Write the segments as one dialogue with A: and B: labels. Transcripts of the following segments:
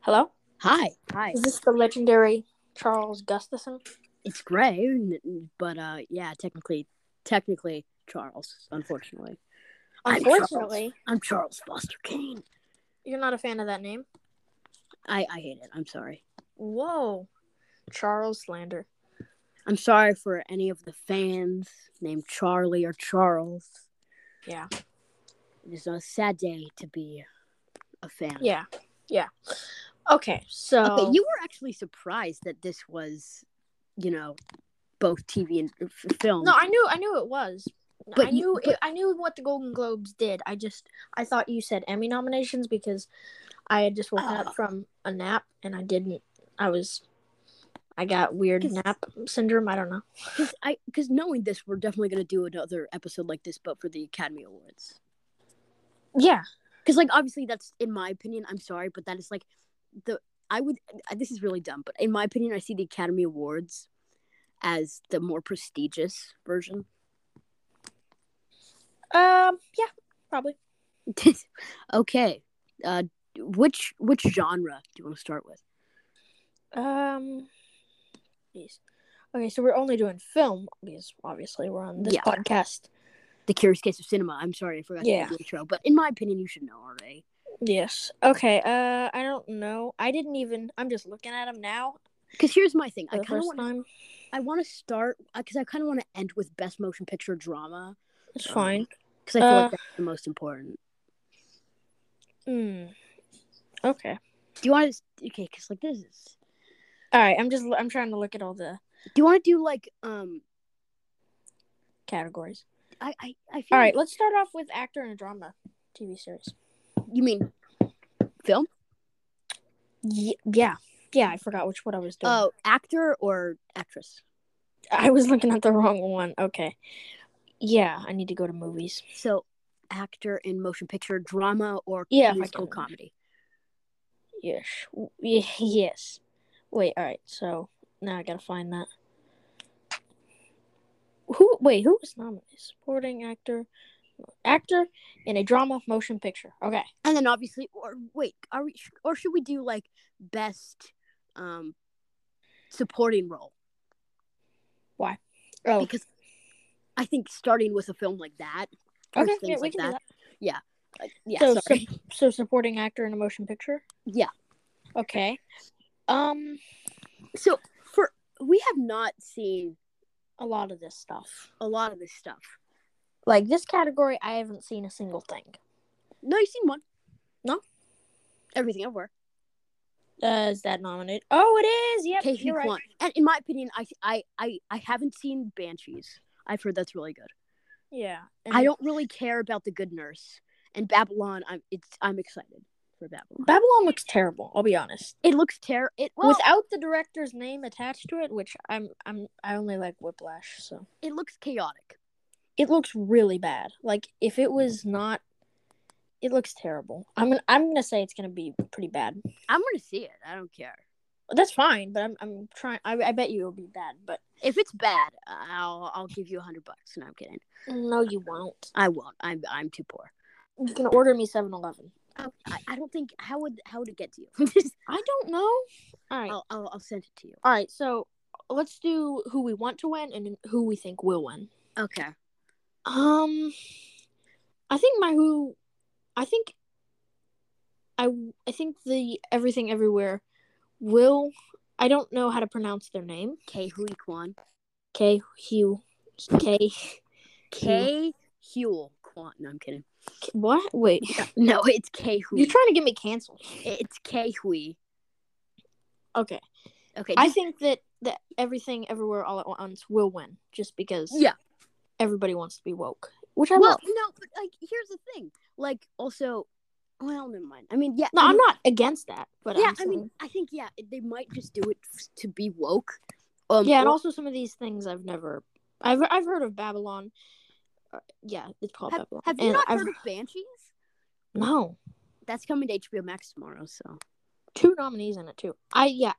A: Hello?
B: Hi. Hi.
A: Is this the legendary Charles Gustafson?
B: It's Gray, n- but uh, yeah, technically, technically Charles. Unfortunately, I'm Charles.
A: Unfortunately,
B: I'm Charles Foster Kane.
A: you're not a fan of that name.
B: I I hate it. I'm sorry.
A: Whoa. Charles Slander.
B: I'm sorry for any of the fans named Charlie or Charles.
A: Yeah.
B: It is a sad day to be a fan.
A: Yeah. Yeah. Okay, so
B: Okay, you were actually surprised that this was, you know, both TV and uh, f- film.
A: No, I knew I knew it was.
B: But
A: I
B: you-
A: knew
B: but-
A: it, I knew what the Golden Globes did. I just I thought you said Emmy nominations because I had just woken
B: Oh.
A: up from a nap and I didn't. I was I got weird
B: 'Cause-
A: nap syndrome. I don't know.
B: Cause I because knowing this, we're definitely gonna do another episode like this, but for the Academy Awards.
A: Yeah,
B: Because like obviously that's in my opinion. I'm sorry, but that is like the I would uh, this is really dumb, but in my opinion, I see the Academy Awards as the more prestigious version.
A: um, yeah, probably.
B: okay, uh, which which genre do you want to start with?
A: Um, jeez. Okay, so we're only doing film because obviously we're on this
B: Yeah.
A: podcast.
B: The Curious Case of Cinema. I'm sorry, I forgot
A: Yeah.
B: to do the intro, but in my opinion, you should know already.
A: Yes. Okay. Uh, I don't know. I didn't even. I'm just looking at him now.
B: Because here's my thing.
A: For
B: I
A: the
B: kind of
A: first
B: want.
A: time.
B: I want to start because I kind of want to end with Best Motion Picture Drama.
A: It's
B: Um,
A: fine.
B: because I feel
A: Uh,
B: like that's the most important.
A: Hmm. Okay.
B: Do you want to okay? Because like this is.
A: All right. I'm just. I'm trying to look at all the
B: Do you want to do like um?
A: categories.
B: I I I feel.
A: All right.
B: like-
A: Let's start off with actor in a drama TV series.
B: you mean film?
A: Yeah. Yeah. Yeah. I forgot which what I was doing.
B: Oh, actor or actress?
A: I was looking at the wrong one. Okay. Yeah. I need to go to movies.
B: So, actor in motion picture drama or
A: Yeah, if I
B: musical
A: can.
B: comedy?
A: Yes. W- y- Yes. Wait. All right. So now I gotta find that. Who? Wait. Who was nominated? Supporting actor, actor in a drama motion picture. Okay.
B: And then obviously, or wait, are we? Or should we do like best um supporting role?
A: Oh.
B: Because I think starting with a film like that. or
A: okay.
B: things
A: Yeah, we
B: like
A: can do that.
B: like- yeah.
A: so,
B: sorry.
A: sup- so supporting actor in a motion picture.
B: Yeah.
A: Okay. Um,
B: So for we have not seen
A: a lot of this stuff.
B: a lot of this stuff.
A: Like this category, I haven't seen a single thing.
B: No, you've seen one.
A: No?
B: Everything everywhere.
A: Uh, is that nominated? Oh, it is. Yep,
B: Okay,
A: you're right.
B: one. And in my opinion, I, I I I haven't seen Banshees. I've heard that's really good.
A: Yeah.
B: I don't really care about the Good Nurse and Babylon. I'm it's I'm excited for Babylon.
A: Babylon looks terrible. I'll be honest.
B: It looks terrible. It well,
A: Without the director's name attached to it, which I'm, I'm, I only like Whiplash. So
B: it looks chaotic.
A: it looks really bad. Like if it was not, it looks terrible. I'm, gonna, I'm gonna say it's gonna be pretty bad.
B: I'm gonna see it. I don't care
A: That's fine, but I'm I'm trying. I, I bet you it'll be bad, but
B: if it's bad. I'll I'll give you a hundred bucks. No, I'm kidding.
A: no, you won't.
B: I won't. I'm I'm too poor.
A: You can order me 7-Eleven.
B: I, I don't think how would how would it get to you?
A: I don't know. All right,
B: I'll, I'll I'll send it to you.
A: Oh. all right. So let's do who we want to win and who we think will win.
B: Okay.
A: Um, I think my who, I think, I I think the everything everywhere will. I don't know how to pronounce their name.
B: K Hui Kwan.
A: K Hugh K
B: K Huel Kwan. No, I'm kidding.
A: what? Wait,
B: No, it's K Hui.
A: you're trying to get me canceled?
B: It's K Hui.
A: Okay.
B: Okay.
A: I
B: just-
A: think that that everything everywhere all at once will win just because
B: yeah.
A: everybody wants to be woke, which I
B: well,
A: love.
B: no, but like here's the thing. Like also, well, never mind. I mean, yeah.
A: No,
B: I
A: I'm
B: mean-
A: not against that, but
B: um, yeah,
A: I'm
B: I mean,
A: saying-
B: I think yeah, they might just do it f- to be woke. Um,
A: yeah, and
B: or-
A: also some of these things I've never, I've I've heard of Babylon. Uh, yeah, it's called
B: have,
A: Babylon.
B: have you
A: and
B: not
A: I've-
B: heard of Banshees?
A: No,
B: That's coming to HBO Max tomorrow. So
A: two nominees in it too. I yeah,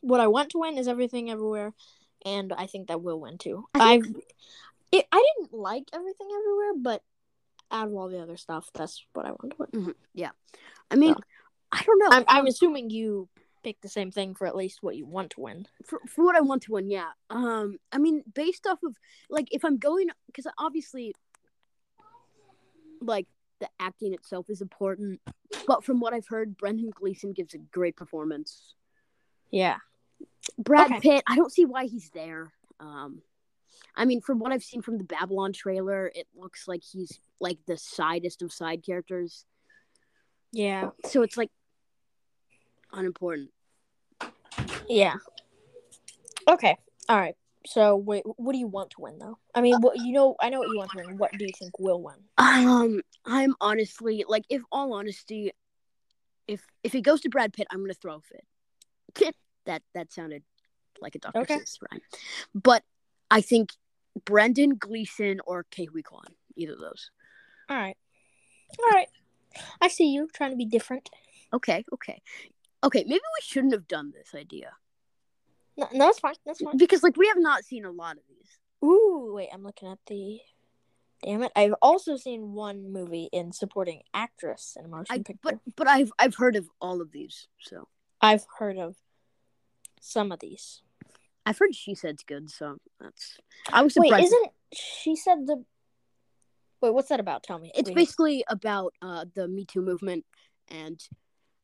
A: what I want to win is everything everywhere, and I think that will win too.
B: I
A: I've it, I didn't like everything everywhere, but out of all the other stuff, that's what I want to win.
B: I mean, I don't know.
A: I'm, I'm assuming you pick the same thing for at least what you want to win.
B: for, for what I want to win, yeah. Um, I mean, based off of like if I'm going because obviously, like the acting itself is important, but from what I've heard, Brendan Gleeson gives a great performance.
A: Yeah.
B: Brad
A: Okay.
B: Pitt, I don't see why he's there. Um, I mean, from what I've seen from the Babylon trailer, it looks like he's like the sidest of side characters,
A: Yeah.
B: so it's like unimportant.
A: Yeah. Okay. All right. So, wait, what do you want to win, though? I mean, what you know, I know what you want to win. What do you think will win?
B: Um, I'm honestly like, if all honesty, if if it goes to Brad Pitt, I'm gonna throw a fit. that that sounded like a Dr.
A: Okay.
B: Seuss rhyme, but I think Brendan Gleeson or Kehui Kwan, either of those.
A: All right. All right. I see you trying to be different.
B: Okay, okay, okay. Maybe we shouldn't have done this idea
A: No, no that's fine. That's fine.
B: because like we have not seen a lot of these.
A: Ooh, wait, I'm looking at the. Damn it! I've also seen one movie in supporting actress in a motion
B: I,
A: picture.
B: but but I've I've heard of all of these, so
A: I've heard of some of these.
B: I've heard she said's good. So that's I was surprised.
A: Wait, isn't she said the? Wait, what's that about? Tell me.
B: it's
A: Wait.
B: basically about uh the Me Too movement and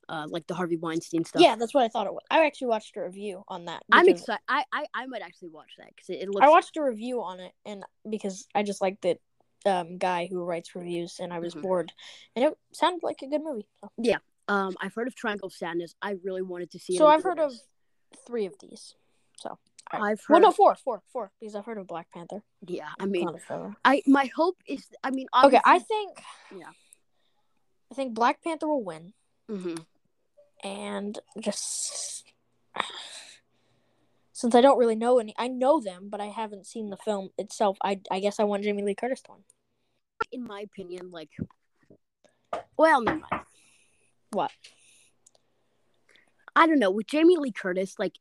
B: uh like the Harvey Weinstein stuff.
A: Yeah, that's what I thought it was. I actually watched a review on that.
B: I'm
A: because-
B: excited. I, I I might actually watch that because it, it looks.
A: I watched a review on it, and because I just like the um, guy who writes reviews, and I was
B: Mhm.
A: bored, and it sounded like a good movie. So,
B: Um, I've heard of Triangle of Sadness. I really wanted to see it.
A: So
B: in
A: I've heard of
B: theaters.
A: three of these. So I've
B: I've heard.
A: well, no, four, four, four, because I've heard of Black Panther.
B: yeah, I mean,
A: Not a filler.
B: I my hope is. I mean,
A: Okay, I
B: Um, obviously-
A: think.
B: Yeah.
A: I think Black Panther will win,
B: Mhm.
A: and just since I don't really know any, I know them, but I haven't seen the film itself. I I guess I want Jamie Lee Curtis to win.
B: in my opinion, like. Well, never mind.
A: What?
B: I don't know. With Jamie Lee Curtis, like,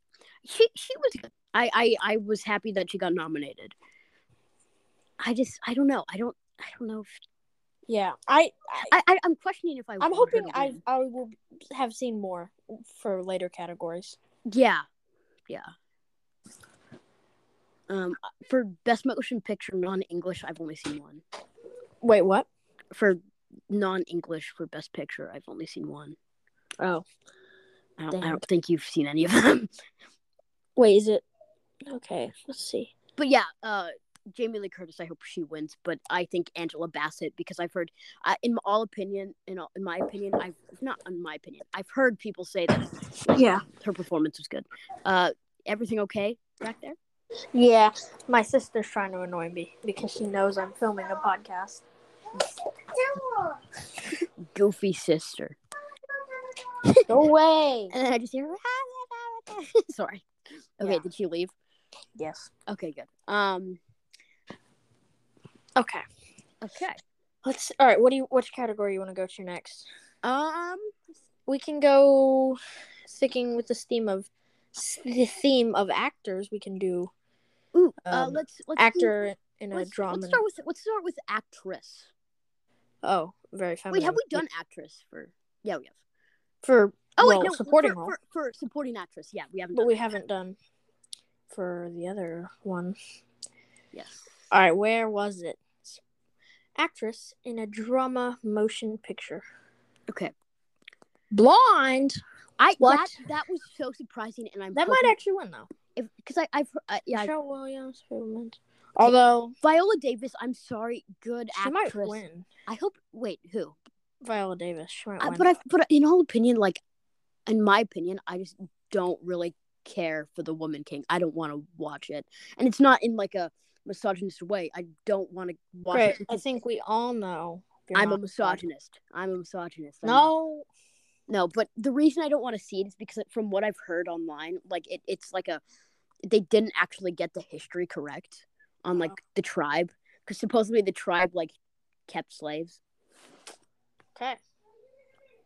B: she she was. good. I I I was happy that she got nominated. I just I don't know. I don't I don't know if
A: Yeah, I, I
B: I, I I'm questioning if I.
A: I'm
B: want her
A: hoping
B: to
A: I
B: win.
A: I will have seen more for later categories.
B: Yeah, yeah. Um, for best motion picture non-English, I've only seen one.
A: Wait, what?
B: For non-English for best picture, I've only seen one.
A: Oh,
B: I don't, I
A: Dang.
B: don't think you've seen any of them.
A: wait, is it? Okay, let's see.
B: but yeah, uh, Jamie Lee Curtis. I hope she wins, but I think Angela Bassett because I've heard, uh, in all opinion, in all, in my opinion, I've not in my opinion, I've heard people say that
A: Yeah,
B: her performance was good. Uh, everything okay back there?
A: yeah. My sister's trying to annoy me because she knows I'm filming a podcast.
B: Goofy sister.
A: Go away.
B: And then I just hear, sorry. Okay,
A: Yeah.
B: did she leave?
A: Yes.
B: Okay, good. Um,
A: Okay.
B: okay.
A: Let's. All right. What do you? Which category you want to go to next?
B: Um,
A: We can go sticking with this theme of s- the theme of actors. We can do
B: ooh, uh,
A: Um,
B: let's let's do-
A: actor in a
B: let's,
A: drama.
B: Let's start with let's start with actress.
A: oh, very feminine.
B: Wait, have we done actress for? Yeah, we have.
A: for
B: Oh
A: well,
B: wait, no,
A: supporting
B: for,
A: role.
B: for, for supporting actress. Yeah, we haven't.
A: But
B: Done
A: we haven't done for the other one.
B: it. Yes.
A: All right, where was it? Actress in a drama motion picture.
B: Okay.
A: Blind.
B: I
A: What?
B: that that was so surprising, and I'm
A: That might actually win though.
B: actually because I I've heard- uh, yeah
A: Michelle Williams. who wins? Although
B: Viola Davis. I'm sorry, good
A: she
B: actress.
A: might win.
B: I hope. Wait, who?
A: Viola Davis. She might
B: I,
A: win.
B: Uh, but I but in all opinion, like in my opinion, I just don't really care for the Woman King. I don't want to watch it, and it's not in like a misogynist way. I don't want to watch
A: Great.
B: it.
A: I
B: because
A: think we all know. you're
B: I'm a
A: not
B: misogynist. I'm a misogynist.
A: blind.
B: I'm-
A: No.
B: no, but the reason I don't want to see it is because from what I've heard online, like it, it's like a they didn't actually get the history correct on like
A: Oh.
B: the tribe because supposedly the tribe like kept slaves.
A: Okay.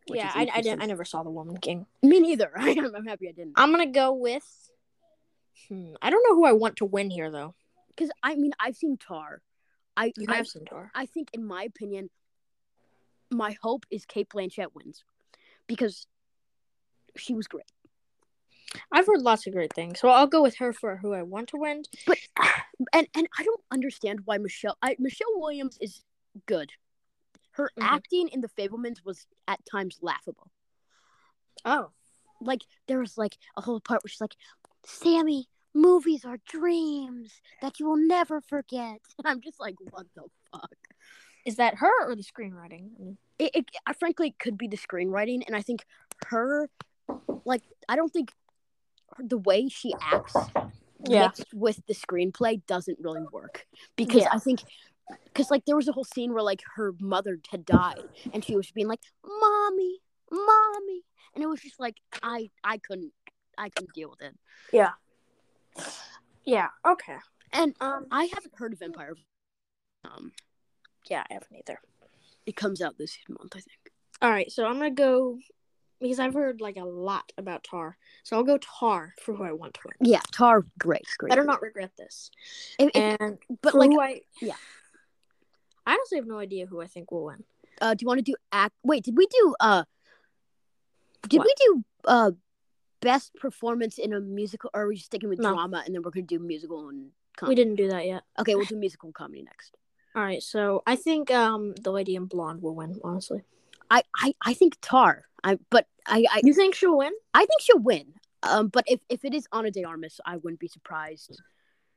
B: Which
A: yeah,
B: is
A: I, I,
B: interesting.
A: didn't, I never saw The Woman King.
B: Me neither. I'm, I'm happy I didn't
A: I'm going to go with. Hmm, I don't know who I want to win here, though.
B: because I mean I've seen Tar. I
A: You
B: I,
A: have Centaur.
B: I think in my opinion, my hope is Kate Blanchett wins because she was great.
A: I've heard lots of great things, so I'll go with her for who I want to win.
B: But and and I don't understand why Michelle I, Michelle Williams is good. Her
A: Mhm.
B: acting in The Fablemans was at times laughable.
A: Oh,
B: Like there was like a whole part where she's like, "Sammy, movies are dreams that you will never forget." And I'm just like, "What the fuck?"
A: is that her or the screenwriting?
B: It, it I frankly it could be the screenwriting, and I think her, like, I don't think her- the way she acts mixed with the screenplay doesn't really work because
A: Yeah.
B: I think because like there was a whole scene where like her mother had died and she was being like mommy mommy and it was just like I I couldn't I couldn't deal with it
A: yeah, yeah. Okay.
B: and
A: Um.
B: I haven't heard of Empire um
A: Yeah, I haven't either.
B: it comes out this month I think
A: All right, so I'm gonna go because I've heard like a lot about Tar, so I'll go Tar for who I want to win.
B: yeah Tar great great
A: Better not regret this.
B: If- if-
A: And
B: but
A: for
B: like
A: who I
B: yeah.
A: I honestly have no idea who I think will win.
B: uh do you want to do act wait did we do uh did
A: What?
B: we do uh best performance in a musical or are we just sticking with
A: No.
B: drama and then we're gonna do musical and comedy?
A: We didn't do that yet.
B: Okay, we'll do musical comedy next.
A: All right, so I think um the lady in blonde will win. Honestly,
B: I, I, I think Tar. I but I, I
A: you think she'll win?
B: I think she'll win. Um, but if, if it is Ana de Armas, I wouldn't be surprised.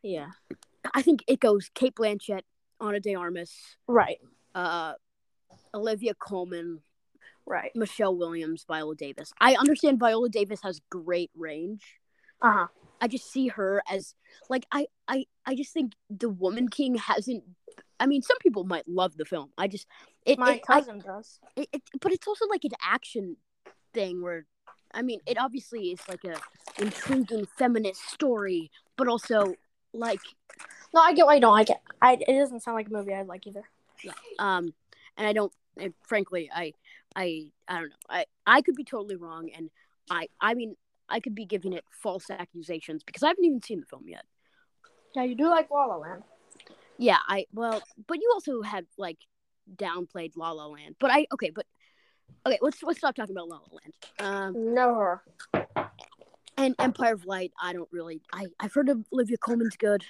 A: Yeah.
B: I think it goes Kate Blanchett, Ana de Armas,
A: Right.
B: uh, Olivia Coleman,
A: Right.
B: Michelle Williams, Viola Davis. I understand Viola Davis has great range.
A: Uh huh.
B: I just see her as like I, I I just think the Woman King hasn't. I mean, some people might love the film. I just it,
A: My
B: it- I-
A: cousin does.
B: it, it, but it's also like an action thing where i mean it obviously is like a intriguing feminist story but also like
A: No, I get why you don't like it. I it doesn't sound like a movie I'd like either.
B: um and i don't and frankly i i i don't know i i could be totally wrong and i i mean i could be giving it false accusations because i haven't even seen the film yet
A: Yeah, you do like La La Land.
B: yeah i well but you also had like downplayed la la land but i okay but okay let's let's stop talking about la la land um
A: No, her.
B: And Empire of Light, I don't really. I I've heard of Olivia Coleman's good.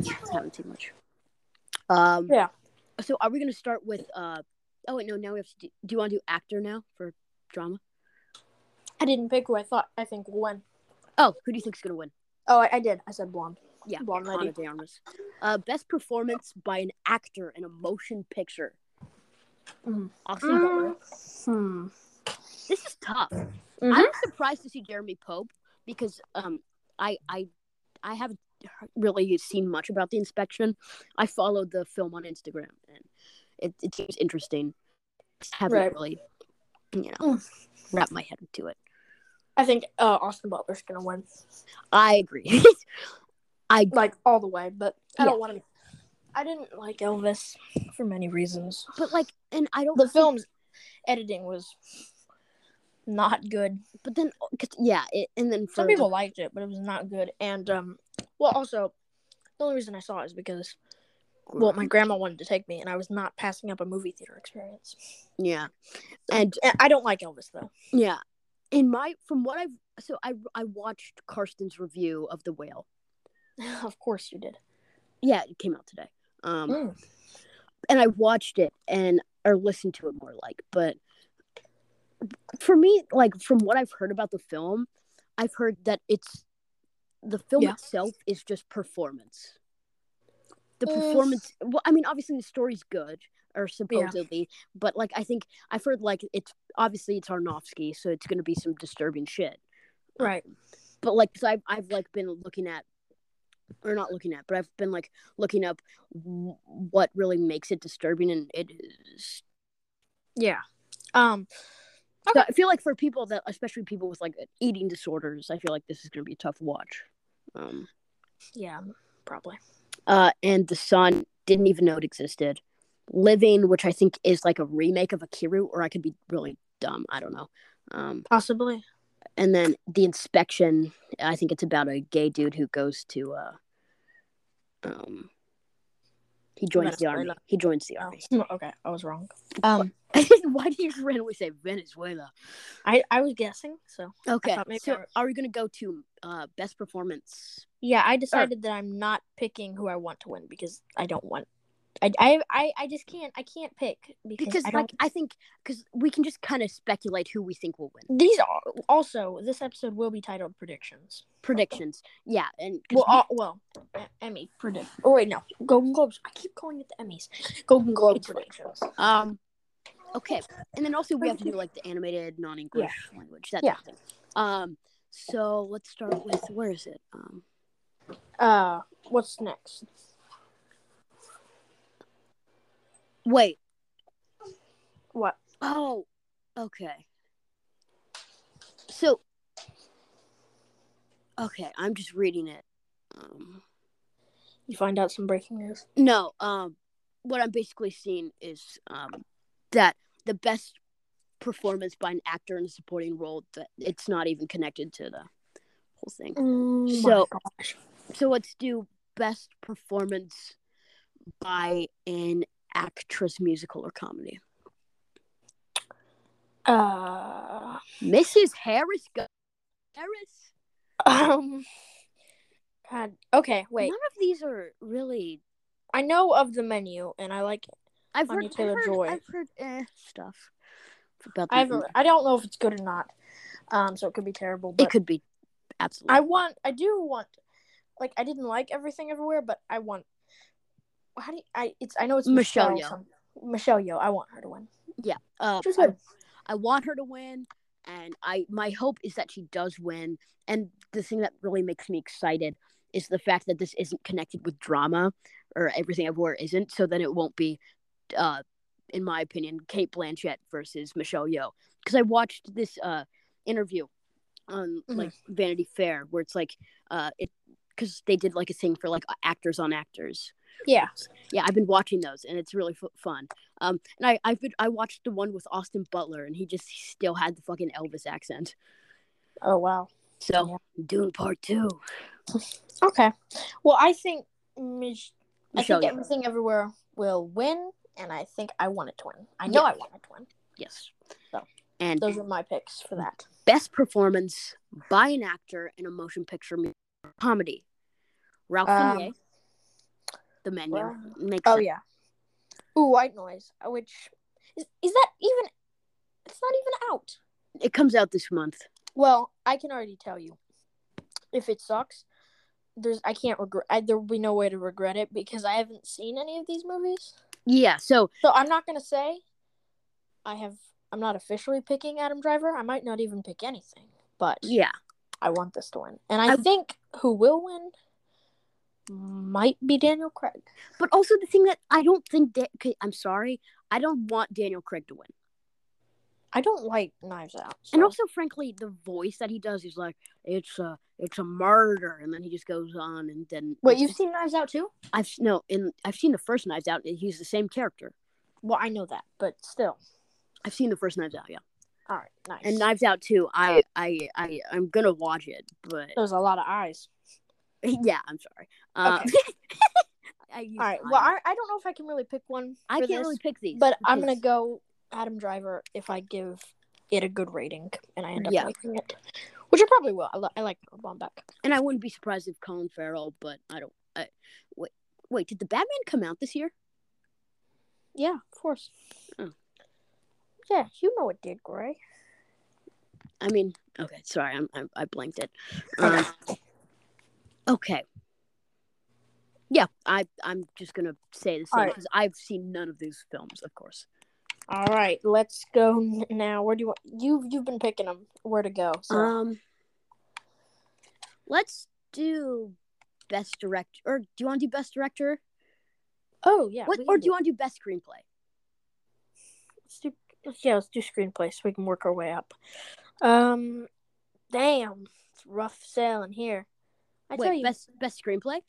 B: Just haven't seen much. Um.
A: Yeah.
B: So are we gonna start with? Uh. Oh wait, no. Now we have to. Do, do you want to do actor now for drama?
A: I didn't pick who I thought I think will win.
B: Oh, who do you think's gonna win?
A: Oh, I, I did. I said blonde.
B: Yeah,
A: blonde lady.
B: Ana de Armas. Uh, best performance by an actor in a motion picture.
A: Mhm.
B: Austin Butler.
A: Hmm.
B: This is tough.
A: Mhm.
B: I'm surprised to see Jeremy Pope because um I I I haven't really seen much about the inspection. I followed the film on Instagram and it, it seems interesting. Just haven't
A: Right.
B: really you know
A: Mm.
B: wrapped my head into it.
A: I think uh, Austin Butler's gonna win,
B: I agree.
A: like all the way. But I
B: Yeah.
A: don't want to. I didn't like Elvis for many reasons.
B: but like and I don't
A: The film's editing was not good.
B: but then oh, 'cause- yeah, it, and then for
A: Some
B: the-
A: people liked it, but it was not good. And um, well, also the only reason I saw it is because well, my grandma wanted to take me, and I was not passing up a movie theater experience.
B: yeah. And
A: And I don't like Elvis though.
B: yeah. In my from what I've so I I watched Karsten's review of The Whale.
A: of course you did.
B: Yeah, it came out today. Um
A: Mm.
B: and I watched it and or listened to it more like, but for me, like from what I've heard about the film, I've heard that it's the film
A: Yeah.
B: itself is just performance. The
A: Mm.
B: performance, well, I mean, obviously the story's good or supposedly, but like I think I've heard like it's obviously it's Arnofsky, so it's going to be some disturbing shit.
A: Right.
B: But like, so I've I've like been looking at, or not looking at, but I've been like looking up w- what really makes it disturbing, and it is
A: Yeah. Um.
B: So I feel like for people that, especially people with like eating disorders, I feel like this is going to be a tough watch. Um,
A: Yeah. Probably.
B: uh, and the sun didn't even know it existed. Living, which I think is like a remake of Akiru, or I could be really dumb. I don't know. Um,
A: Possibly.
B: and then the inspection. I think it's about a gay dude who goes to. Uh, um, He joins the
A: Venezuela.
B: army. He joins the army.
A: Oh, okay, I was wrong. Um,
B: Why do you randomly say Venezuela?
A: I I was guessing. So
B: Okay.
A: thought maybe I
B: So
A: was-
B: are we gonna go to uh best performance?
A: yeah, I decided that I'm not picking who I want to win because I don't want. I I I, I just can't. I can't pick because,
B: Because
A: I don't.
B: like I think because we can just kind of speculate who we think will win.
A: these are also this episode will be titled predictions.
B: Predictions. Yeah, and 'cause
A: Well, uh,
B: we-
A: well, E- Emmy predict. Oh wait, no, Golden Globes. I keep calling it the Emmys. Golden Globe predictions.
B: Um, okay, and then also we have to do like the animated non-English language. That
A: Yeah.
B: type of thing. Um, so let's start with where is it? Um,
A: Uh, what's next?
B: wait.
A: What?
B: Oh, okay. So, okay, I'm just reading it. Um,
A: You find out some breaking news.
B: no. Um, what I'm basically seeing is um that the best performance by an actor in a supporting role that it's not even connected to the whole thing.
A: Mm,
B: So-
A: my gosh.
B: So let's do best performance by an actress, musical, or comedy.
A: uh,
B: Mrs. Harris. Go- Harris.
A: um, God. Okay, wait.
B: None of these are really.
A: I know of the menu, and I like.
B: I've
A: Anya
B: heard. I've heard,
A: Taylor-Joy.
B: I've heard eh, stuff about
A: I have.
B: that.
A: I don't know if it's good or not. Um, so it could be terrible. But
B: Mm-hmm. It could be absolutely.
A: I want. I do want. Like I didn't like everything everywhere, but I want. How do you, I? It's. I know it's
B: Michelle
A: Michelle.
B: Yeoh.
A: some- Michelle Yeoh. I want her to win.
B: Uh,
A: She's
B: I,
A: good.
B: I want her to win, and I my hope is that she does win. And the thing that really makes me excited is the fact that this isn't connected with drama, or everything everywhere isn't. So then it won't be, uh, in my opinion, Kate Blanchett versus Michelle Yeoh. Because I watched this uh interview on
A: Mhm.
B: like Vanity Fair where it's like uh it because they did like a thing for like actors on actors
A: Yeah.
B: yeah i've been watching those and it's really f- fun um and i i've been i watched the one with austin butler and he just still had the fucking elvis accent
A: Oh wow.
B: so doing part two
A: Okay. Well, I think Mich- I
B: Michelle
A: think
B: Yeoh.
A: everything everywhere will win, and I think I want it to win. I know
B: Yeah.
A: I want it to win.
B: yes
A: So.
B: and
A: Those are my picks
B: Mm-hmm.
A: for that.
B: best performance by an actor in a motion picture mu- comedy ralph
A: Um,
B: Fiennes, the menu
A: well-
B: makes
A: Oh
B: sense.
A: yeah. Ooh, white noise. uh, Which is is that even? It's not even out.
B: it comes out this month
A: Well, I can already tell you. If it sucks, there's I can't regret. I, there will be no way to regret it because I haven't seen any of these movies.
B: yeah so
A: So I'm not gonna say. I have. I'm not officially picking Adam Driver. I might not even pick anything. But
B: yeah
A: I want this to win, and I,
B: I-
A: think who will win might be Daniel Craig.
B: but also the thing that i don't think da- okay, i'm sorry i don't want daniel craig to win
A: I don't like Knives Out.
B: And
A: so-
B: also, frankly, the voice that he does is like it's a it's a murder, and then he just goes on, and then
A: wait, you've seen Knives Out too?
B: I've no, and I've seen the first Knives Out, and he's the same character.
A: Well, I know that, but still.
B: I've seen the first Knives Out, yeah,
A: All right, nice.
B: and Knives Out too. I I I I'm gonna watch it, but
A: There's a lot of eyes.
B: yeah, I'm sorry. Um, I use
A: All right.
B: mine.
A: Well, I, I don't know if I can really pick one. For
B: I can't
A: this,
B: really pick these,
A: But I'm gonna
B: because-
A: go Adam Driver if I give it a good rating and I end up
B: Yeah.
A: liking it, which I probably will. I, li- I like Bombeck.
B: and I wouldn't be surprised if Colin Farrell, but I don't. I, wait, wait, did the Batman come out this year?
A: Yeah, of course.
B: Oh.
A: Yeah, you know it did, Gray.
B: I mean, okay, sorry, I'm, I'm I blanked it.
A: Okay.
B: Um, okay. Yeah, I I'm just gonna say the same
A: Alright.
B: because I've seen none of these films, of course.
A: All right, let's go n- now. Where do you want you you've been picking them? Where to go? So
B: Um, let's do best director, or do you want to do best director?
A: oh yeah,
B: what,
A: we can
B: or do you want to do best screenplay?
A: let's do yeah let's do screenplay so we can work our way up. Um, damn, it's rough sailing here. I
B: Wait,
A: tell you,
B: best best screenplay.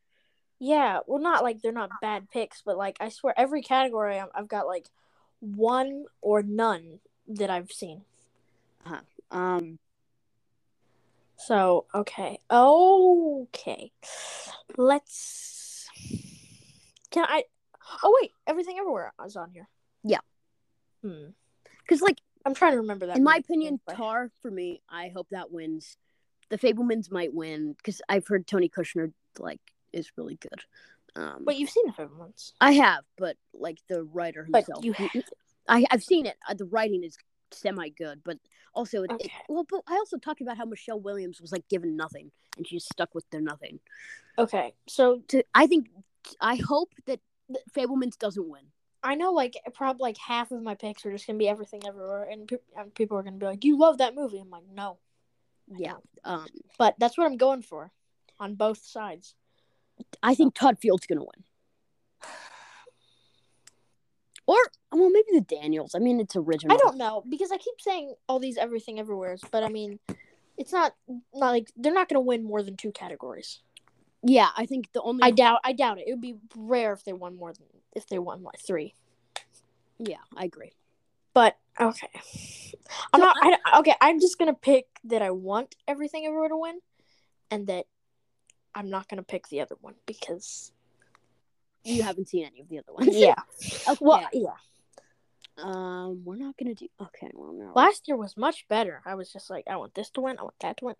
A: yeah, well, not like they're not bad picks, but like I swear every category I'm, I've got like one or none that I've seen.
B: Um,
A: So okay, okay, let's. Can I? Oh wait, everything everywhere is on here.
B: Yeah.
A: Hmm.
B: Because like
A: I'm trying to remember that.
B: in my
A: movie,
B: opinion,
A: but-
B: Tar for me. I hope that wins. The Fablemans might win because I've heard Tony Kushner like is really good. Um,
A: But you've seen the favorite ones.
B: I have, but like the writer
A: But
B: himself.
A: you have.
B: I I've seen it. Uh, The writing is semi good, but also it, it,
A: Okay.
B: well. But I also talked about how Michelle Williams was like given nothing, and she's stuck with the nothing.
A: Okay. So
B: To I think I hope that Fablemans doesn't win.
A: I know, like, probably like half of my picks are just gonna be everything everywhere, and, pe- and people are gonna be like, "You love that movie." I'm like, no,
B: Yeah, um,
A: but that's what I'm going for, on both sides.
B: I think Todd Field's gonna win, or well, maybe the Daniels. I mean, it's original.
A: I don't know because I keep saying all these everything everywheres, but I mean, it's not not like they're not gonna win more than two categories.
B: Yeah, I think the only
A: I doubt. I doubt it. It would be rare if they won more than if they won like three.
B: yeah, I agree.
A: But okay, I'm
B: So
A: not. I, don't- okay, I'm just gonna pick that I want everything everywhere to win, and that I'm not gonna pick the other one because
B: You haven't seen any of the other ones.
A: yeah.
B: Okay.
A: Well, yeah.
B: um, we're not gonna do. Okay. Well, no.
A: Last year was much better. I was just like, I want this to win. I want that to win.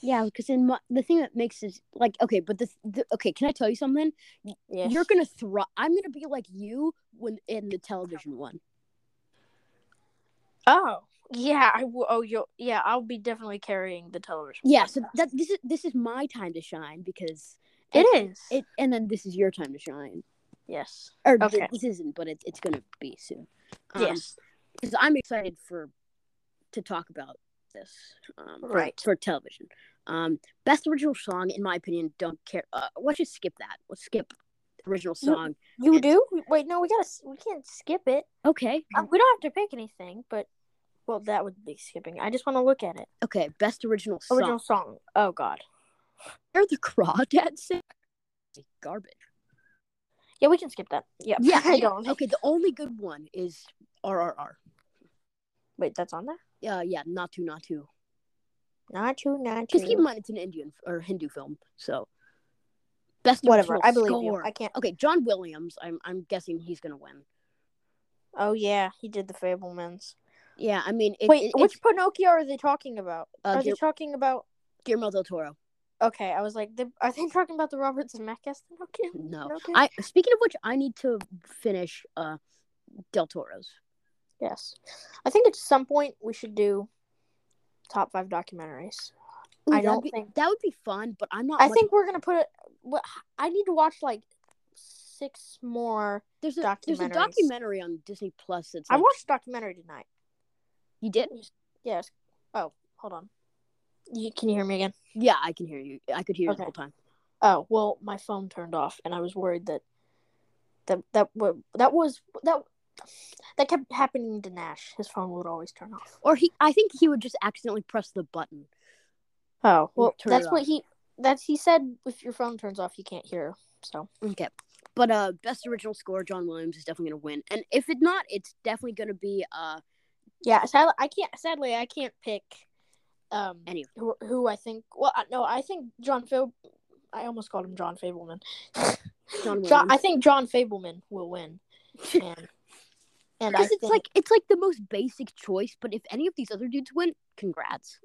B: Yeah, because in my, the thing that makes is like okay, but the, the okay, can I tell you something?
A: Yes.
B: You're gonna throw. I'm gonna be like you when in the television one.
A: oh yeah. I w- oh you yeah. I'll be definitely carrying the television.
B: Yeah, so that this is this is my time to shine because
A: it
B: and-
A: is.
B: It and then this is your time to shine.
A: yes. Um,
B: Or th-
A: Okay.
B: this isn't, but it, it's gonna be soon.
A: yes.
B: because I'm excited for to talk about this. Um, for-
A: Right.
B: for television. Um, best original song in my opinion. Don't care. Uh, let's just skip that. Let's skip original
A: You-
B: song.
A: You do? Wait, no. We gotta. s- We can't skip it.
B: Okay.
A: Uh, we don't have to pick anything, but well, that would be skipping. I just want to look at it.
B: Okay, best original song.
A: Original song. Oh God.
B: Are the crawdads sing? Garbage.
A: Yeah, we can skip that. Yeah.
B: Yeah,
A: I
B: yeah.
A: don't.
B: Okay, the only good one is RRR.
A: Wait, that's on there.
B: Uh, yeah, not to, not to.
A: Not you. Not you.
B: Because keep in mind, it's an Indian f- or Hindu film, so best
A: Whatever.
B: original
A: I believe you.
B: score.
A: I can't.
B: Okay, John Williams. I'm I'm guessing he's gonna win.
A: Oh yeah, he did the Fablemans.
B: Yeah, I mean, it,
A: Wait,
B: it-
A: which
B: it's
A: Pinocchio are they talking about?
B: Uh,
A: are they
B: Guil-
A: talking about?
B: Guillermo del Toro.
A: Okay, I was like, the, are they talking about the Robert Zemeckis Pinocchio?
B: No,
A: Okay.
B: I. Speaking of which, I need to finish uh del Toro's.
A: Yes, I think at some point we should do top five documentaries.
B: Ooh,
A: I
B: that'd
A: don't
B: be-
A: think-
B: that would be fun, but I'm not.
A: I
B: much-
A: think we're gonna put it. wha- I need to watch like six more.
B: there's a there's a
A: documentaries.
B: documentary on Disney Plus. That's
A: I
B: like-
A: watched a documentary tonight.
B: You did?
A: Yes. Oh, hold on. You, can you hear me again?
B: Yeah, I can hear you. I could hear you
A: Okay.
B: the whole time.
A: Oh well, my phone turned off, and I was worried that that that wa- that was that that kept happening to Nash. His phone would always turn off.
B: Or he, I think he would just accidentally press the button.
A: Oh well,
B: Turn it
A: that's what
B: off.
A: he that's he said. If your phone turns off, you can't hear. So
B: Okay. But uh, best original score, John Williams is definitely gonna win. And if it's not, it's definitely gonna be uh
A: yeah, sadly, I can't. Sadly, I can't pick um
B: Any of
A: who, who I think. Well, I- no, I think John Fab. I almost called him John Fableman.
B: John
A: John,
B: Williams.
A: I think John Fableman will win. And, and I
B: because it's
A: think-
B: like it's like the most basic choice. But if any of these other dudes win, congrats.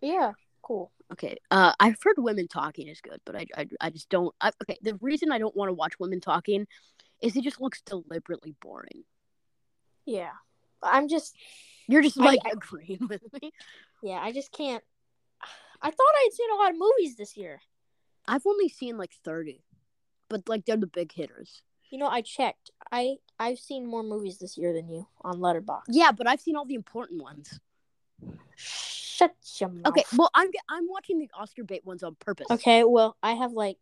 A: yeah, cool.
B: Okay. Uh, I've heard women talking is good, but I I, I just don't. I, okay. The reason I don't want to watch women talking is it just looks deliberately boring.
A: Yeah, I'm just
B: You're just
A: I-
B: like
A: I-
B: agreeing with me.
A: Yeah, I just can't. I thought I had seen a lot of movies this year.
B: I've only seen like thirty, but like they're the big hitters.
A: You know, I checked. I I've seen more movies this year than you on Letterboxd.
B: Yeah, but I've seen all the important ones.
A: Shut your mouth.
B: Okay, well, I'm ge- I'm watching the Oscar bait ones on purpose.
A: Okay. Well, I have like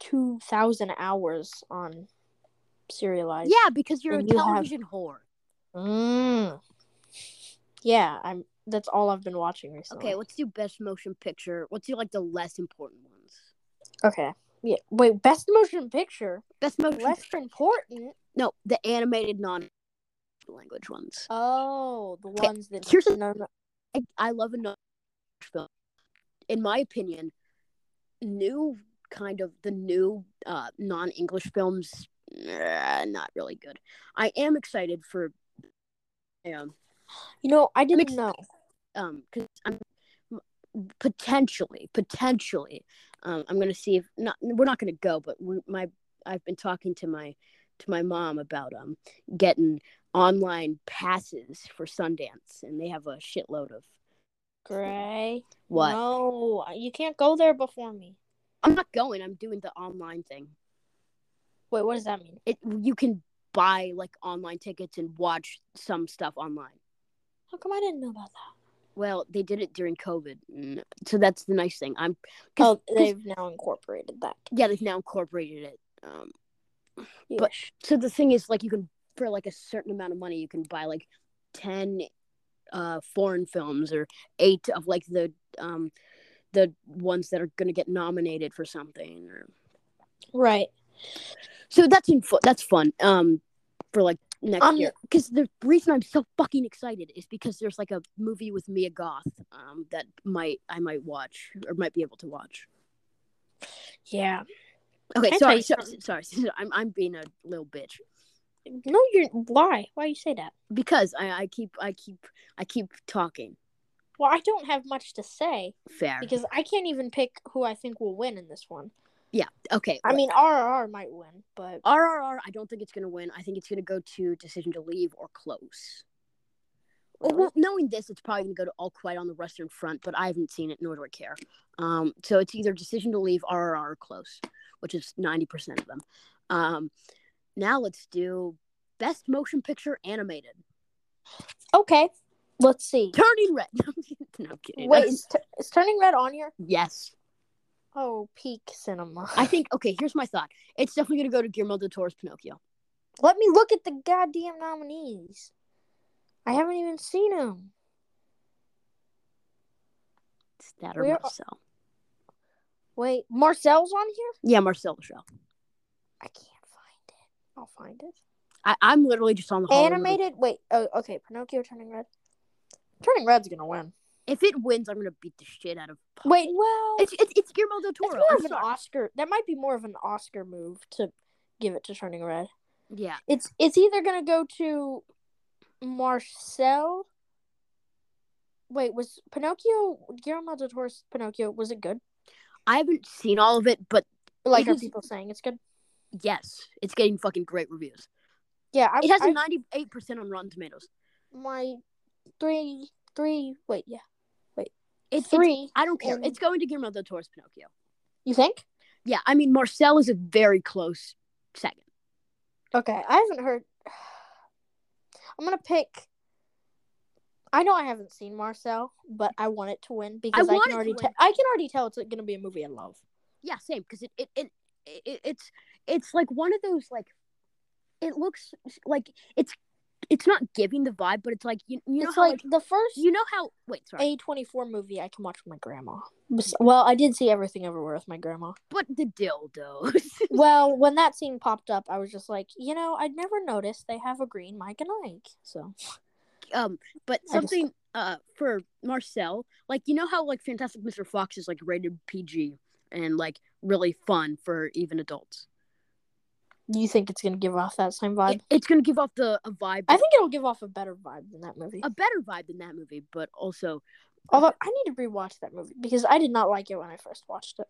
A: two thousand hours on serialized.
B: Yeah, because you're a
A: And you have-
B: television whore.
A: Mm. Yeah. I'm. That's all I've been watching recently.
B: Okay, let's do best motion picture. Let's do like the less important ones.
A: Okay. Yeah. Wait. Best motion picture.
B: Best motion.
A: Less important.
B: No, the animated non language ones.
A: Oh, the
B: Okay,
A: ones that.
B: here's a-
A: no, no.
B: I, I love a non film. In my opinion, new kind of the new uh, non English films nah, not really good. I am excited for um
A: You know, I didn't
B: Mix-
A: know.
B: um because I'm potentially potentially um I'm gonna see if not we're not gonna go but we, my I've been talking to my to my mom about um getting online passes for Sundance and they have a shitload of
A: Gray.
B: what
A: No, you can't go there before me.
B: I'm not going I'm doing the online thing
A: Wait, what does that mean?
B: it you can buy like online tickets and watch some stuff online.
A: How come I didn't know about that?
B: Well, they did it during COVID, and so that's the nice thing. I'm 'cause-
A: Oh, they've now incorporated that.
B: yeah, they've now incorporated it. Um,
A: But
B: so the thing is, like, you can for like a certain amount of money, you can buy like ten uh foreign films or eight of like the um the ones that are going to get nominated for something. Or...
A: right.
B: So that's in fu- that's fun. Um, for like next
A: Um,
B: year, because the reason I'm so fucking excited is because there's like a movie with Mia Goth um that might I might watch or might be able to watch.
A: Yeah.
B: Okay,
A: Can I
B: sorry,
A: tell
B: sorry,
A: you
B: sorry, I'm I'm being a little bitch
A: No, you're. Why? Why you say that?
B: because I, I keep I keep I keep talking.
A: Well, I don't have much to say
B: Fair.
A: because I can't even pick who I think will win in this one.
B: okay.
A: I mean, RRR might win, but
B: RRR. I don't think it's gonna win. I think it's gonna go to decision to leave or close. Well, well, knowing this, it's probably gonna go to All Quiet on the Western Front, but I haven't seen it, nor do I care. Um, so it's either decision to leave, RRR, or close, which is ninety percent of them. Um, now let's do best motion picture animated.
A: okay. Let's see.
B: Turning Red. no, I'm kidding.
A: Wait, is, t- is turning red on here?
B: Yes.
A: Oh, peak cinema.
B: I think okay, here's my thought. It's definitely gonna go to Guillermo del Toro's Pinocchio.
A: Let me look at the goddamn nominees. I haven't even seen them.
B: It's that or
A: Where are-
B: Marcel.
A: Wait, Marcel's on here?
B: Yeah, Marcel the Shell.
A: I can't find it. I'll find it.
B: I, I'm literally just on the Hollywood-
A: Animated? Wait, oh, okay. Pinocchio turning red. Turning red's gonna win.
B: If it wins, I'm gonna beat the shit out of.
A: Wait, well,
B: it's it's, it's Guillermo del
A: it's
B: Toro.
A: more
B: I'm
A: of an
B: sorry.
A: Oscar. That might be more of an Oscar move to give it to Turning Red.
B: Yeah,
A: It's it's either gonna go to Marcel. Wait, was Pinocchio Guillermo del Toro's Pinocchio? Was it good?
B: I haven't seen all of it, but
A: Like,
B: It
A: are
B: is-
A: people saying it's good?
B: yes, it's getting fucking great reviews.
A: Yeah, I,
B: It has
A: I-
B: a 98 percent on Rotten Tomatoes.
A: my three three. Wait, yeah,
B: It's it's-
A: three.
B: I don't care.
A: and-
B: It's going to Guillermo del Toro's Pinocchio.
A: You think?
B: Yeah, I mean Marcel is a very close second.
A: Okay, I haven't heard. I'm gonna pick. I know I haven't seen Marcel, but I want it to win because I,
B: want it
A: can
B: to
A: already
B: win.
A: tell. I can already tell it's gonna be a movie I love.
B: Yeah, same because it it, it it it's it's like one of those like it looks like it's it's not giving the vibe, but it's like you, you know
A: it's
B: how
A: like
B: like,
A: the first
B: you know how wait sorry,
A: A24 movie I can watch with my grandma. Bes- Well, I did see everything everywhere with my grandma.
B: but the dildos.
A: well, when that scene popped up, I was just like, you know, I'd never noticed they have a green Mike and Ike. So
B: um, but
A: just-
B: something uh for Marcel, like you know how like Fantastic Mr. Fox is like rated PG and like really fun for even adults.
A: you think it's gonna give off that same vibe?
B: It, it's gonna give off the a vibe,
A: I think it'll give off a better vibe than that movie.
B: a better vibe than that movie, but also
A: Although I need to rewatch that movie because I did not like it when I first watched it.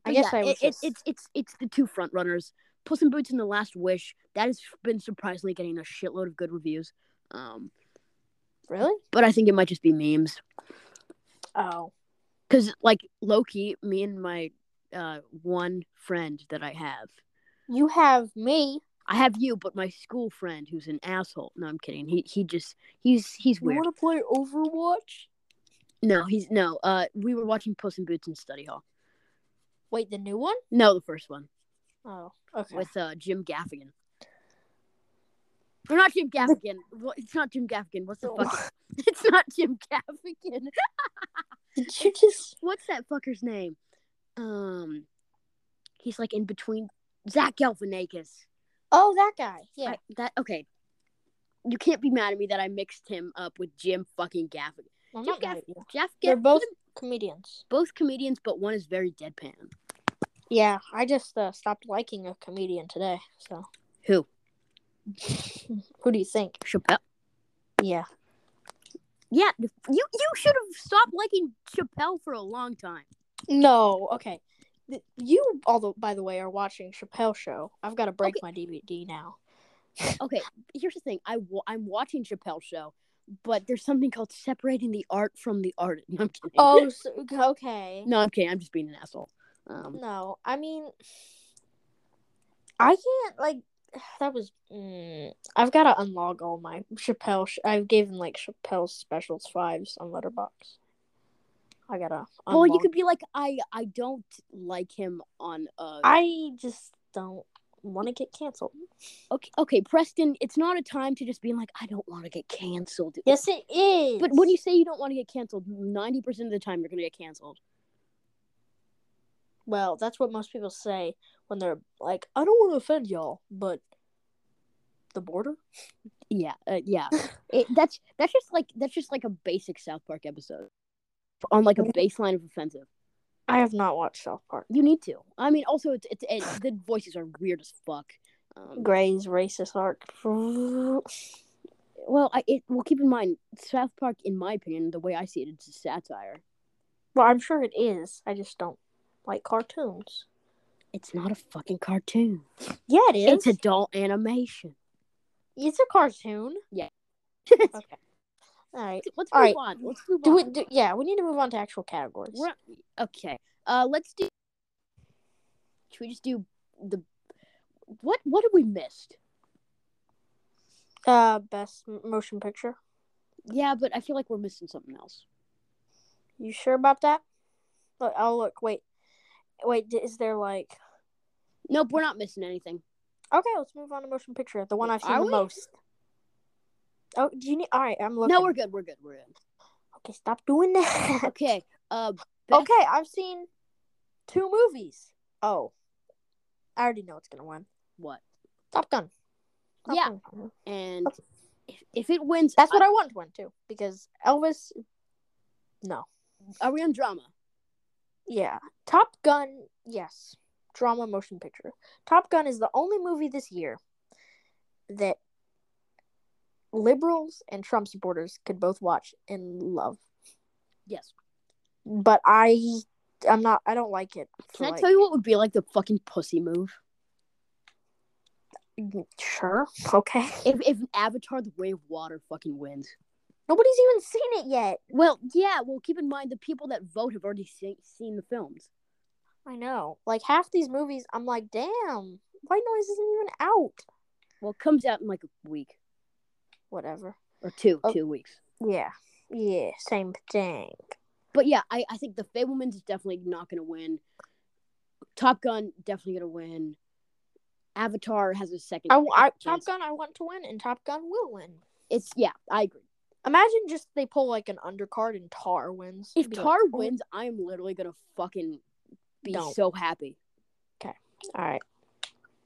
A: I
B: but
A: guess
B: yeah,
A: I was
B: it, it,
A: just-
B: it's it's it's the two front runners. Puss in Boots and The Last Wish that has been surprisingly getting a shitload of good reviews. Um,
A: Really?
B: but I think it might just be memes
A: Oh.
B: because like Loki, me and my uh one friend that I have,
A: You have me.
B: I have you, but my school friend who's an asshole. No, I'm kidding. He he just he's he's
A: You
B: weird.
A: wanna play Overwatch?
B: No, he's no. Uh, we were watching Puss in Boots in study hall.
A: Wait, the new one?
B: No, the first one
A: Oh, okay.
B: with uh Jim Gaffigan. Or not Jim Gaffigan. Wha- It's not Jim Gaffigan. What's the
A: Oh.
B: fuck? It's not Jim Gaffigan.
A: Did you just
B: What's that fucker's name? Um, he's like in between Zach Galifianakis.
A: Oh that guy. Yeah.
B: I- that okay. You can't be mad at me that I mixed him up with Jim fucking Gaffigan.
A: I'm
B: Jim
A: not mad at you.
B: Jeff
A: They're
B: Gaffigan.
A: both comedians.
B: both comedians, but one is very deadpan.
A: Yeah, I just uh, stopped liking a comedian today. So,
B: Who?
A: who do you think?
B: Chappelle.
A: Yeah.
B: Yeah, you you should have stopped liking Chappelle for a long time.
A: No. Okay. Th- You, although by the way, are watching Chappelle Show. I've got to break
B: Okay.
A: my DVD now.
B: Okay, here's the thing. I wa- I'm watching Chappelle show, but there's something called separating the art from the art. No, I'm kidding.
A: Oh, so, okay.
B: no, I'm kidding. I'm just being an asshole. Um,
A: No, I mean, I can't like. That was. Mm, I've got to unlog all my Chappelle. Sh- I've given like Chappelle's specials fives on Letterbox. I gotta. Unlog.
B: well, you could be like, I I don't like him on. Uh,
A: I just don't want to get canceled.
B: okay, okay, Preston. It's not a time to just be like, I don't want to get canceled.
A: Yes, it is.
B: But when you say you don't want to get canceled, ninety percent of the time you're gonna get canceled.
A: well, that's what most people say when they're like, "I don't want to offend y'all," but the border.
B: Yeah, uh, yeah. It, that's that's just like that's just like a basic South Park episode on like a
A: Mm-hmm.
B: baseline of offensive.
A: I have not watched South Park.
B: You need to. I mean, also it's it's it, the voices are weird as fuck. Um,
A: Gray's racist arc.
B: well, I it well keep in mind South Park, in my opinion, the way I see it, it's a satire.
A: Well, I'm sure it is. I just don't like cartoons.
B: It's not a fucking cartoon.
A: Yeah, it is.
B: It's adult animation.
A: it's a cartoon.
B: Let's
A: Okay. All right.
B: move
A: All right.
B: on. Let's move
A: Do
B: on.
A: we, do, yeah, we need to move on to actual categories.
B: We're, okay. Uh, let's do. Should we just do the what? What have we missed?
A: Uh, best m- motion picture.
B: Yeah, but I feel like we're missing something else.
A: You sure about that? Look, oh look. Wait, wait. d- Is there like?
B: Nope, we're not missing anything.
A: Okay, let's move on to motion picture. The one I've seen
B: Are
A: the
B: we?
A: most. Oh, do you need? All right, I'm looking.
B: No, we're good. We're good. We're good.
A: Okay, stop doing that.
B: Okay. Uh, best-
A: Okay, I've seen two movies. Oh, I already know it's gonna win.
B: what?
A: Top Gun.
B: Yeah.
A: Gun.
B: And if, if it wins,
A: That's what I want to win too, because Elvis. No.
B: are we on drama?
A: Yeah. Top Gun, yes. Drama motion picture. Top Gun is the only movie this year that liberals and Trump supporters could both watch and love.
B: Yes.
A: But I, I'm not. I don't like it.
B: Can
A: for,
B: I
A: like-
B: tell you what would be like the fucking pussy move?
A: Sure. Okay.
B: If if Avatar: The Way of Water fucking wins.
A: Nobody's even seen it yet.
B: Well, yeah. Well, keep in mind the people that vote have already se- seen the films.
A: I know. Like half these movies, I'm like, damn, White Noise isn't even out.
B: Well, it comes out in like a week
A: Whatever.
B: or two,
A: Oh.
B: two weeks.
A: Yeah. Yeah. Same thing.
B: But yeah, I, I think the Fablemans is definitely not going to win. Top Gun definitely going to win. Avatar has a second.
A: I, I Top
B: chance.
A: Gun. I want to win, and Top Gun will win.
B: It's yeah, I agree.
A: Imagine just they pull like an undercard and Tar wins.
B: If
A: Be like,
B: Tar
A: oh,
B: wins, I am literally going to fucking be
A: Don't.
B: so happy.
A: all right,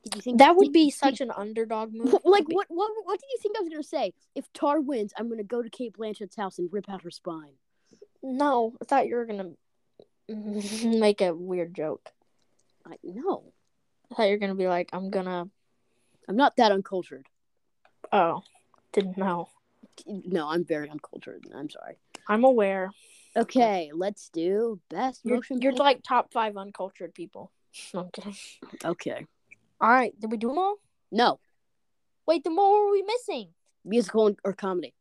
B: Did you think
A: that would
B: did-
A: be
B: did-
A: such an underdog move.
B: Wh- like
A: Be-
B: what, what what did you think I was gonna say? If Tar wins, I'm gonna go to Kate Blanchett's house and rip out her spine.
A: No, I thought you were gonna make a weird joke.
B: I no,
A: I thought you were gonna be like, I'm gonna.
B: I'm not that uncultured.
A: Oh, didn't know.
B: No, I'm very uncultured. I'm sorry.
A: I'm aware.
B: Okay, let's do best
A: You're,
B: motion.
A: you're
B: pic-
A: like top five uncultured people. I'm kidding.
B: okay.
A: All right, did we do them all?
B: No,
A: Wait, the more were we missing?
B: musical and- or comedy.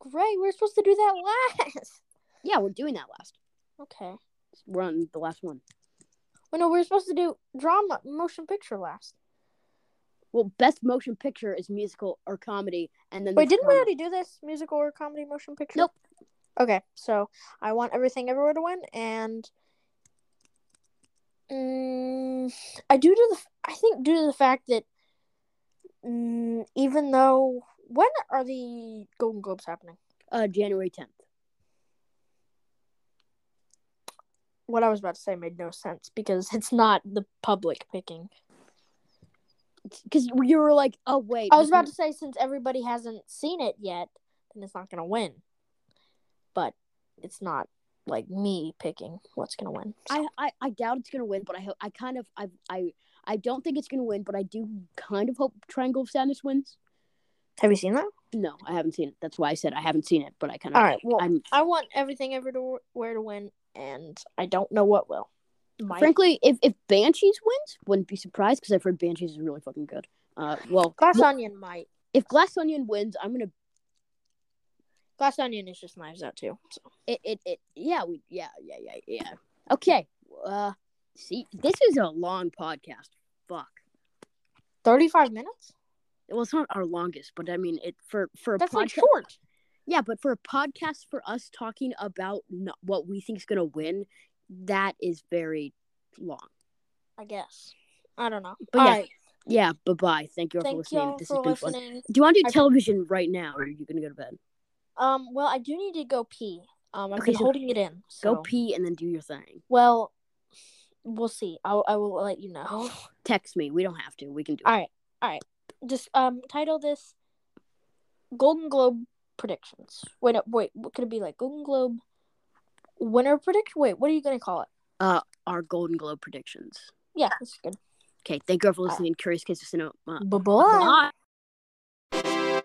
A: Great, we are supposed to do that last.
B: Yeah, we're doing that last.
A: Okay.
B: We're on the last one.
A: Well, no, we were supposed to do drama, motion picture last.
B: Well, best motion picture is musical or comedy, and then
A: Wait,
B: there's
A: didn't we
B: drama.
A: already do this? Musical or comedy motion picture?
B: Nope.
A: Okay, so I want everything everywhere to win, and mm, I do to the I think due to the fact that mm, even though when are the Golden Globes happening?
B: Uh, January 10th.
A: What I was about to say made no sense because it's not the public picking.
B: Because you were like, oh wait,
A: I was
B: this
A: about to
B: one-
A: say since everybody hasn't seen it yet, then it's not gonna win. But it's not like me picking what's gonna win.
B: I, I, I doubt it's gonna win, but I hope I kind of I I I don't think it's gonna win, but I do kind of hope Triangle of Sadness wins.
A: Have you seen that?
B: No, I haven't seen it. That's why I said I haven't seen it, but I kind of
A: All right. Well,
B: I'm
A: I want everything everywhere to win, and I don't know what will. Might-
B: frankly if if Banshees wins, wouldn't be surprised because I've heard Banshees is really fucking good. Uh, well,
A: Glass
B: mo-
A: Onion might.
B: if Glass Onion wins, I'm gonna
A: Glass Onion is just knives out too. So.
B: it it, it yeah we yeah yeah yeah yeah okay. Uh, see, this is a long podcast. Fuck.
A: Thirty-five minutes.
B: Well, it's not our longest, but I mean it for for a
A: That's like
B: podca-
A: short.
B: Yeah, but for a podcast for us talking about no- what we think is going to win, that is very long.
A: I guess. I don't know.
B: But
A: All
B: yeah,
A: right.
B: yeah. Bye bye. Thank you all for
A: Thank
B: listening.
A: y'all
B: This
A: for
B: has been fun.
A: listening.
B: Do you want to do
A: I-
B: television right now, or are you gonna go to bed?
A: Um. Well, I do need to go pee. Um. I've
B: Okay,
A: been
B: so-
A: holding it in. So.
B: Go pee and then do your thing.
A: Well, we'll see. I'll, I will let you know.
B: Text me. We don't have to. We can do it.
A: All right, all right. Just um, title this Golden Globe predictions. Wait, no, wait. What could it be like? Golden Globe winner prediction. Wait, what are you gonna call it?
B: Our Golden Globe predictions.
A: Yeah, that's good.
B: Okay. Thank you all for
A: Alright.
B: listening. Curious Case of Cinema.
A: Bye bye.
B: Bye.